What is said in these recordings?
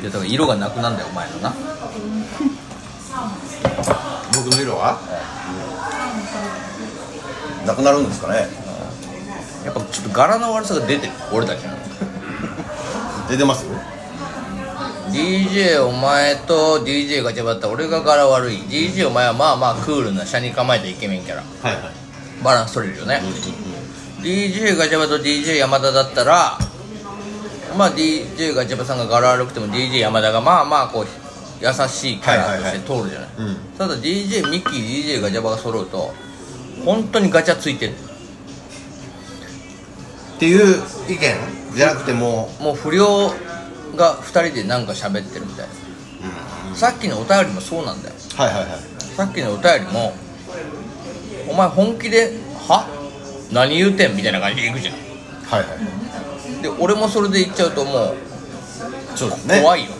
いやだから色がなくなんだよお前のな僕の色はなくなるんですかねやっぱちょっと柄の悪さが出てる俺たちの出てますよ DJ お前と DJ ガチャバった俺が柄悪い DJ お前はまあまあクールな車に構えたイケメンキャラはいはいバランス取れるよね DJ ガチャバと DJ 山田だったらまあ DJ ガチャバさんが柄悪くても DJ 山田がまあまあこう優しいキャラとして通るじゃない,、うんただ DJ ミッキー DJ ガチャバが揃うと本当にガチャついてるっていう意見じゃなくてももう不良が2人でなんか喋ってるみたいなさっきのお便りもそうなんだようはいはいはいさっきのお便りも「お前本気では何言うてん?」みたいな感じでいくじゃんはいはいで俺もそれで言っちゃうともうそうですね怖 いよ、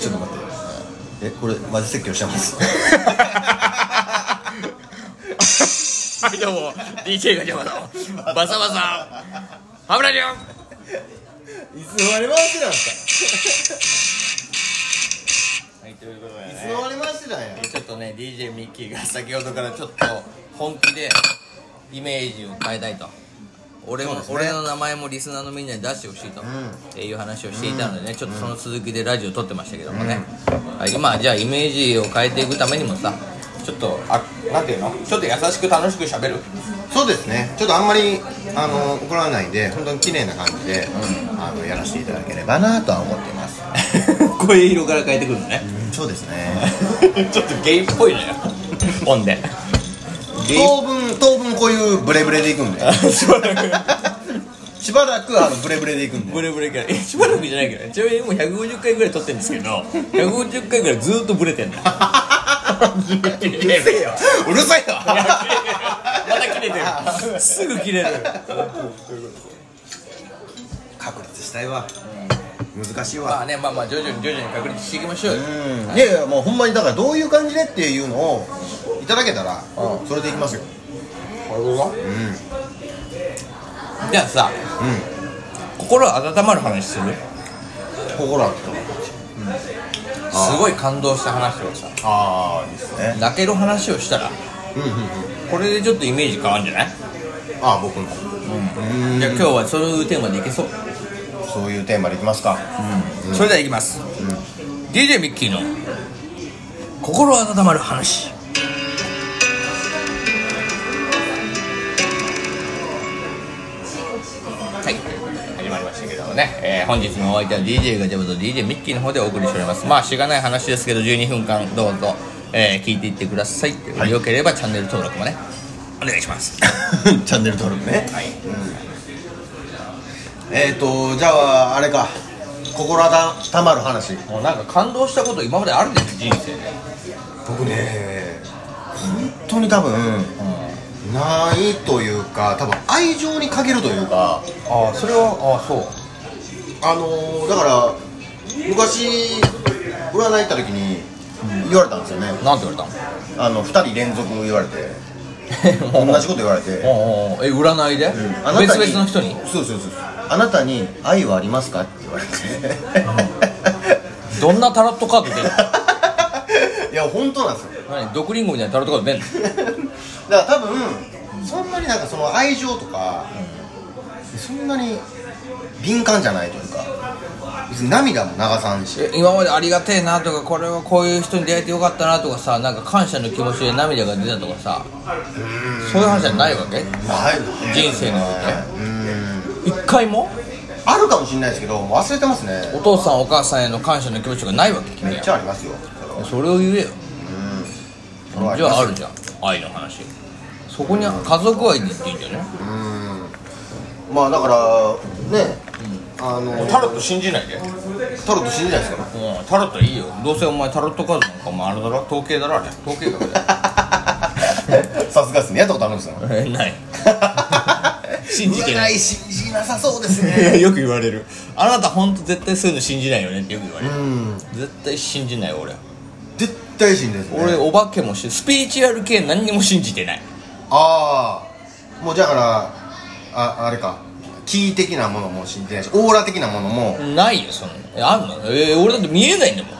ちょっと待ってえこれマジ説教してますはいどうも DJ が邪魔だバサバサ危ないよ いつまで回してたんすはいということでかねいつまで回してたんやちょっとね DJ ミッキーが先ほどからちょっと本気でイメージを変えたいと俺も、俺の名前もリスナーのみんなに出してほしいと、っていう話をしていたのでね、ちょっとその続きでラジオ撮ってましたけどもね、はい今じゃあイメージを変えていくためにもさちょっとあなんていうのちょっと優しく楽しくしゃべるそうですねちょっとあんまりあの怒らないで本当に綺麗な感じで、あのやらせていただければなとは思っています、 声色から変えてくるのねそうですね ちょっとゲイっぽいのよほんでゲイっ当分当分こういうブレブレでいくん でしばらくしばらくあのブレブレでいくんでブレブレからえしばらくじゃないけどねちなみにもう150回ぐらい撮ってるんですけど150回ぐらいずーっとブレてんだ切れてるようるさいわまた切れてるすぐ切れる確立したいわ、難しいわまあねまあまあ徐々に徐々に確立していきましょうようんいやいやもうほんまにだからどういう感じでっていうのをいただけたらそれでいきますよじゃあさうん心温まる話する心あってとすごい感動した話とかさああいいっすね泣ける話をしたらうんうんうんこれでちょっとイメージ変わるんじゃないああ僕のうんじゃあ今日はそういうテーマでいけそうそういうテーマでいきますかそれではいきます、DJ ミッキーの心温まる話はい始まりましたけどもね、えー本日のお相手は DJ ガチャバと DJ ミッキーの方でお送りしておりますまあしがない話ですけど12分間どうぞ、えー聞いていってください、よければチャンネル登録もねお願いします チャンネル登録ねはいえーとじゃああれか心温たまる話もうなんか感動したこと今まであるでしょ人生で僕ね本当に多分ないというか多分愛情に欠けるというかああそれはああそうあのー、だから昔占い行った時に言われたんですよね、なんて言われあの2人連続言われてた の同じこと言われて、おうおうおうえ占いで、あなた別に々の人にそうそうそうそうあなたに愛はありますかって言われて、どんなタロットカード出るの いや本当なんですよ何毒リンゴみたいなタロットカード出るのだから多分そんなになんかその愛情とか、そんなに敏感じゃないというか別に涙も流さんしえ今までありがてえなとかこれはこういう人に出会えてよかったなとかさなんか感謝の気持ちで涙が出たとかさそういう話じゃないわけない人生においうん一回もあるかもしれないですけどもう忘れてますねお父さんお母さんへの感謝の気持ちがないわけ君めっはちゃありますよそれを言えよそれはじゃあありるじゃん愛の話そこにあ家族愛でっていいんじゃねますまあだからね、あのタロット信じないでタロット信じないですからうん、タロットいいよどうせお前タロットカードなんかもあれだろ統計だろあれ統計学だよ さすがですねやったことあるんですよ えない 信じてない占い信じなさそうですいや ねよく言われるあなた本当絶対そういうの信じないよねってよく言われる、うん絶対信じない俺絶対信じないですね俺お化けもしスピリチュアル系何にも信じてないああもうじゃあからああれかキー的なものも信じてないしオーラ的なものもないよそんなえあんのえー俺だって見えないんだもん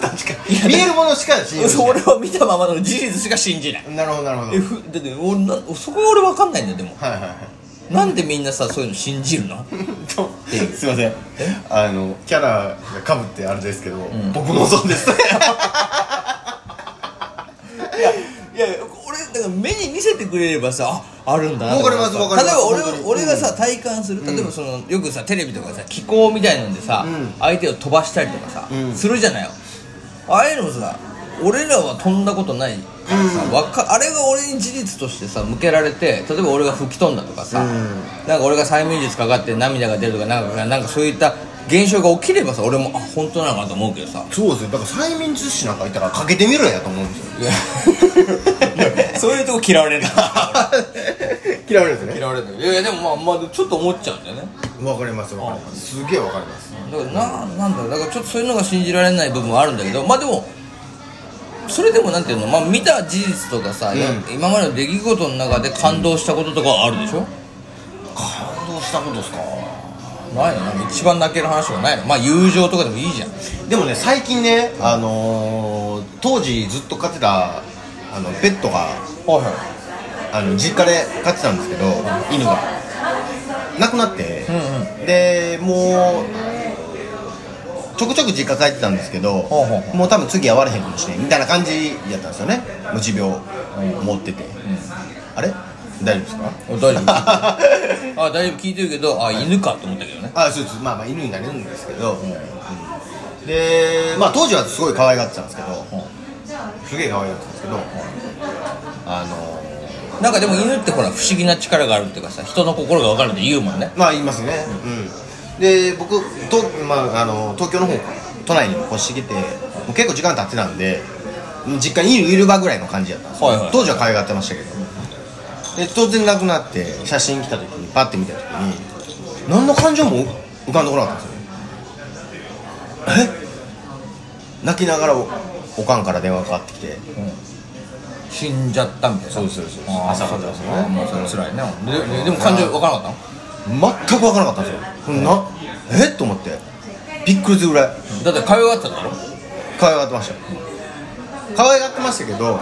確かに見えるものしか信じて俺は見たままの事実しか信じないないなるほどなるほどはえいふだって俺なそこが俺分かんないんだよでもはいはいなんでみんなさそういうの信じるの とすいませんあのキャラがかぶってあれですけど、僕もそう ですいや俺だから目に見せてくれればさああるんだなわかりますわかりま例えすば本当俺にが俺がさ体感する例えばその、よくさテレビとかさ気候みたいなんでさ、ん相手を飛ばしたりとかさ、うんするじゃないよああいうのもさ俺らは飛んだことないからさ、わかあれが俺に事実としてさ向けられて例えば俺が吹き飛んだとかさ、うんなんか俺が催眠術かかって涙が出るとかなんかなんかそういった現象が起きればさ俺もあ本当なのかなと思うけどさそうですよだから催眠術師なんかいたらかけてみろやと思うんですよそういうとこ嫌われる 嫌われるんですね 嫌われるいやいやでもまあまあちょっと思っちゃうんだよねわかりますわかりますすげえわかりますだからななんだろうだからちょっとそういうのが信じられない部分はあるんだけどまあでもそれでもなんていうのまあ見た事実とかさ、いやうん今までの出来事の中で感動したこととかはあるでしょ、感動したことですかないのなんか一番泣ける話はないのまあ友情とかでもいいじゃんでもね最近ねあのー、当時ずっと飼ってたあのペットがはいはあの実家で飼ってたんですけど犬が亡くなって、んでもうちょくちょく実家帰ってたんですけど、ほうほうほもう多分次会われへんかもしれんみたいな感じやったんですよね持ち病持ってて、あれ大丈夫ですかい大丈夫 あ大丈夫聞いてるけどあ、犬かと思ったけどねあそうですまあまあ犬になれるんですけど、うんでまあ当時はすごい可愛がってたんですけど、すげえ可愛がってたんですけど、あのなんかでも犬ってほら不思議な力があるっていうかさ人の心が分かるって言うもんねまあ言いますね、うん、で僕と、まあ、あの東京の方都内に越してきてもう結構時間経ってたんで実家にいるばぐらいの感じやったんですよ、はいはい当時は可愛がってましたけどで当然亡くなって写真来た時にパッて見た時に何の感情も浮かんでこなかったんですよねえ泣きながらおおかんから電話かかってきて死んじゃったみたいなそうそうそうそうあー朝方ですねもうそれ辛いねでででも感情分からなかっ全く分からなかったんですよなえっと思ってびっくりするぐらいたのだって会話があったんだろ可愛がってましたよ可愛がってましたけど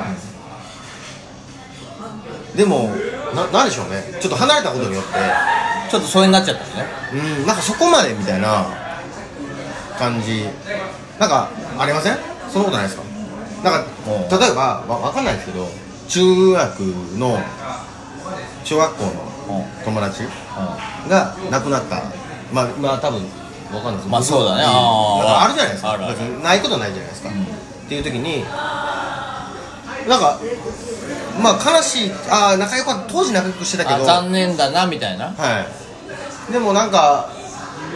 でもななんでしょうねちょっと離れたことによってちょっと疎遠になっちゃったしねうんなんかそこまでみたいな感じなんかありませんそんなことないですかなんうか例えばわわかんないですけど中学の小学校の友達が亡くなったまあまあ多分わかんないですまあそうだねんあーだからあるじゃないですかあるある別にないことないじゃないですか、っていう時になんかまあ悲しいああ仲良かった当時仲良くしてたけあど残念だなみたいなはいでもなんか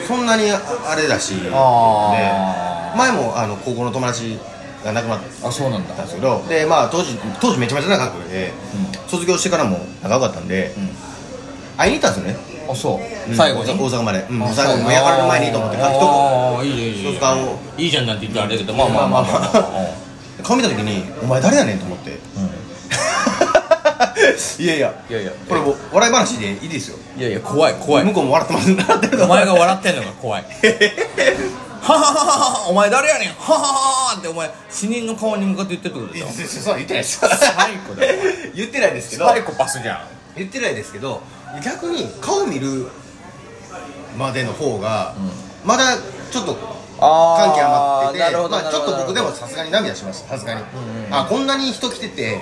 そんなにああれだしであ前もあの高校の友達が亡くなったあそうなんだんですけどでまあ当時当時めちゃめちゃ仲良くて、卒業してからも仲良かったんで、ん会いに行ったんですよね、あそううん最後に大阪大阪まで、うん、最後にももうやからの前にと思って書きとこああいいねいいねいいねそうかあのいいじゃんなんて言ったらあれだけどまあまあまあまあまあまあまあ顔見た時に「お前誰やねん」と思って いやいやいやいやこれもう笑い話でいいですよいやいや怖い怖い向こうも笑ってます笑ってるお前が笑ってんのが 怖いはははははお前誰やねんははははってお前死人の顔に向かって言ってるって ことでしょそう言ってないです最高だよ 言ってないですけどサイコパスじゃん言ってないですけど逆に顔見るまでの方が、まだちょっと関係余っててなるほどまなあ、るちほょっどと僕でもさすがに涙しましたさすがに、あこんなに人来てて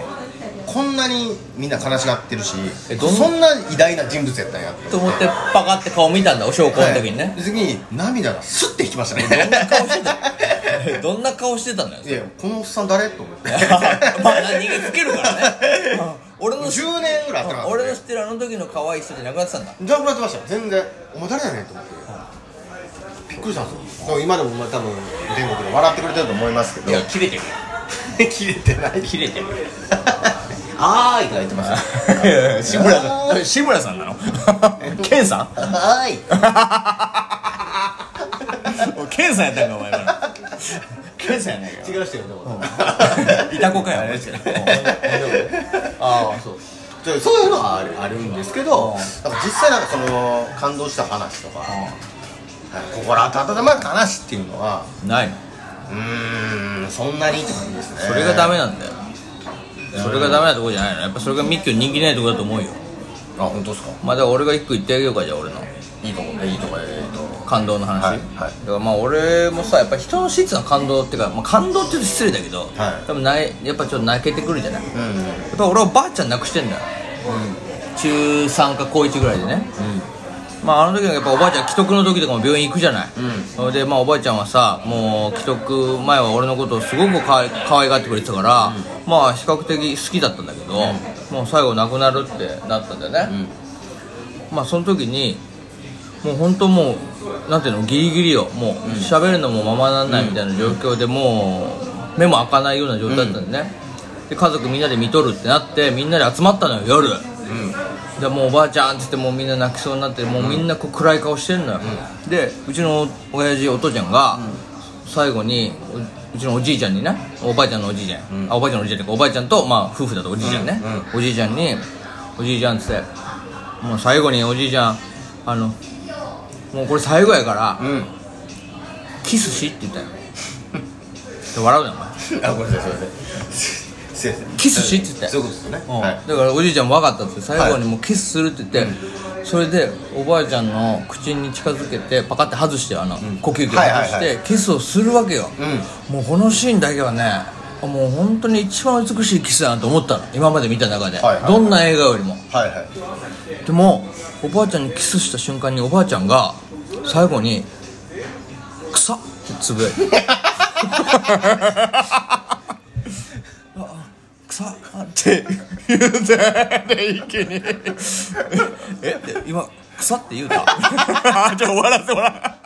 こんなにみんな悲しがってるしえどんそんな偉大な人物やったんやってと思ってパカって顔見たんだお証拠の時にね、はい次に涙がスッて引きましたねどんな顔してたのどんな顔してたんだよ いやこのおっさん誰と思って まあ逃げつけるからねあ俺の知10年ぐらいあったから俺の知ってるあの時の可愛い人じゃなくなってたんだじゃなくなってました全然お前誰やねんと思ってびっくりしたんですよでも今でもお前多分全国で笑ってくれてると思いますけど切れ てる切れてない切れてるあーいとか言ってました志村さん志村さん なのケンさんはーいおいケンさんやったんかお 前らケンさんやないか 違う人よねいた子かよお前ああそうでそういうのはあるあるんですけど、なんか実際なんかその感動した話とか、なんか心温まる話っていうのはないのうーんそんなにって感じですねそれがダメなんだよそれがダメなとこじゃないのやっぱそれがミッキーの人気ないとこだと思うよあ本当ですかまあだから俺が一個言ってあげようかじゃあ俺のいいとこいいとこえーと感動の話、はいはいだからまあ俺もさやっぱ人の質な感動っていうか、まあ、感動って言うと失礼だけど、はい多分ないやっぱちょっと泣けてくるじゃないやうんうんっぱ俺はばあちゃん亡くしてんだよ中3か高1ぐらいでねまああの時のやっぱおばあちゃん既得の時とかも病院行くじゃない、それでまあおばあちゃんはさもう既得前は俺のことをすごくかわい可愛がってくれてたから、まあ比較的好きだったんだけど、もう最後亡くなるってなったんだよね、まあその時にもう本当もうなんていうのギリギリよもう喋るのもままならないみたいな状況でもう目も開かないような状態だったんでね、で家族みんなで見とるってなってみんなで集まったのよ夜、でもうおばあちゃんっつってもうみんな泣きそうになってもうみんなこう暗い顔してんのよ、でうちの親父お父ちゃんが最後にううちのおじいちゃんにねおばあちゃんのおじいちゃん、あおばあちゃんのおじいちゃんっていうかおばあちゃんと、まあ、夫婦だとおじいちゃんね、おじいちゃんに「おじいちゃん」っつってもう最後におじいちゃんあのもうこれ最後やから、うんキスしって言ったよで笑うなお前 あごめんなさいすいません失礼ですキスしって言ったよそういうことですよねうんはいだからおじいちゃん分かったっつって最後にもうキスするって言って、それでおばあちゃんの口に近づけてパカって外してあの、呼吸器を外して、はいはいキスをするわけよ、もうこのシーンだけはねもう本当に一番美しいキスだなと思ったの今まで見た中で、はいはいどんな映画よりもはいはいでもおばあちゃんにキスした瞬間におばあちゃんが最後に「臭っ!」ってつぶやいて臭っって言うてで一気 に「えって今臭って言うた? 」じゃあ終わらせ終わら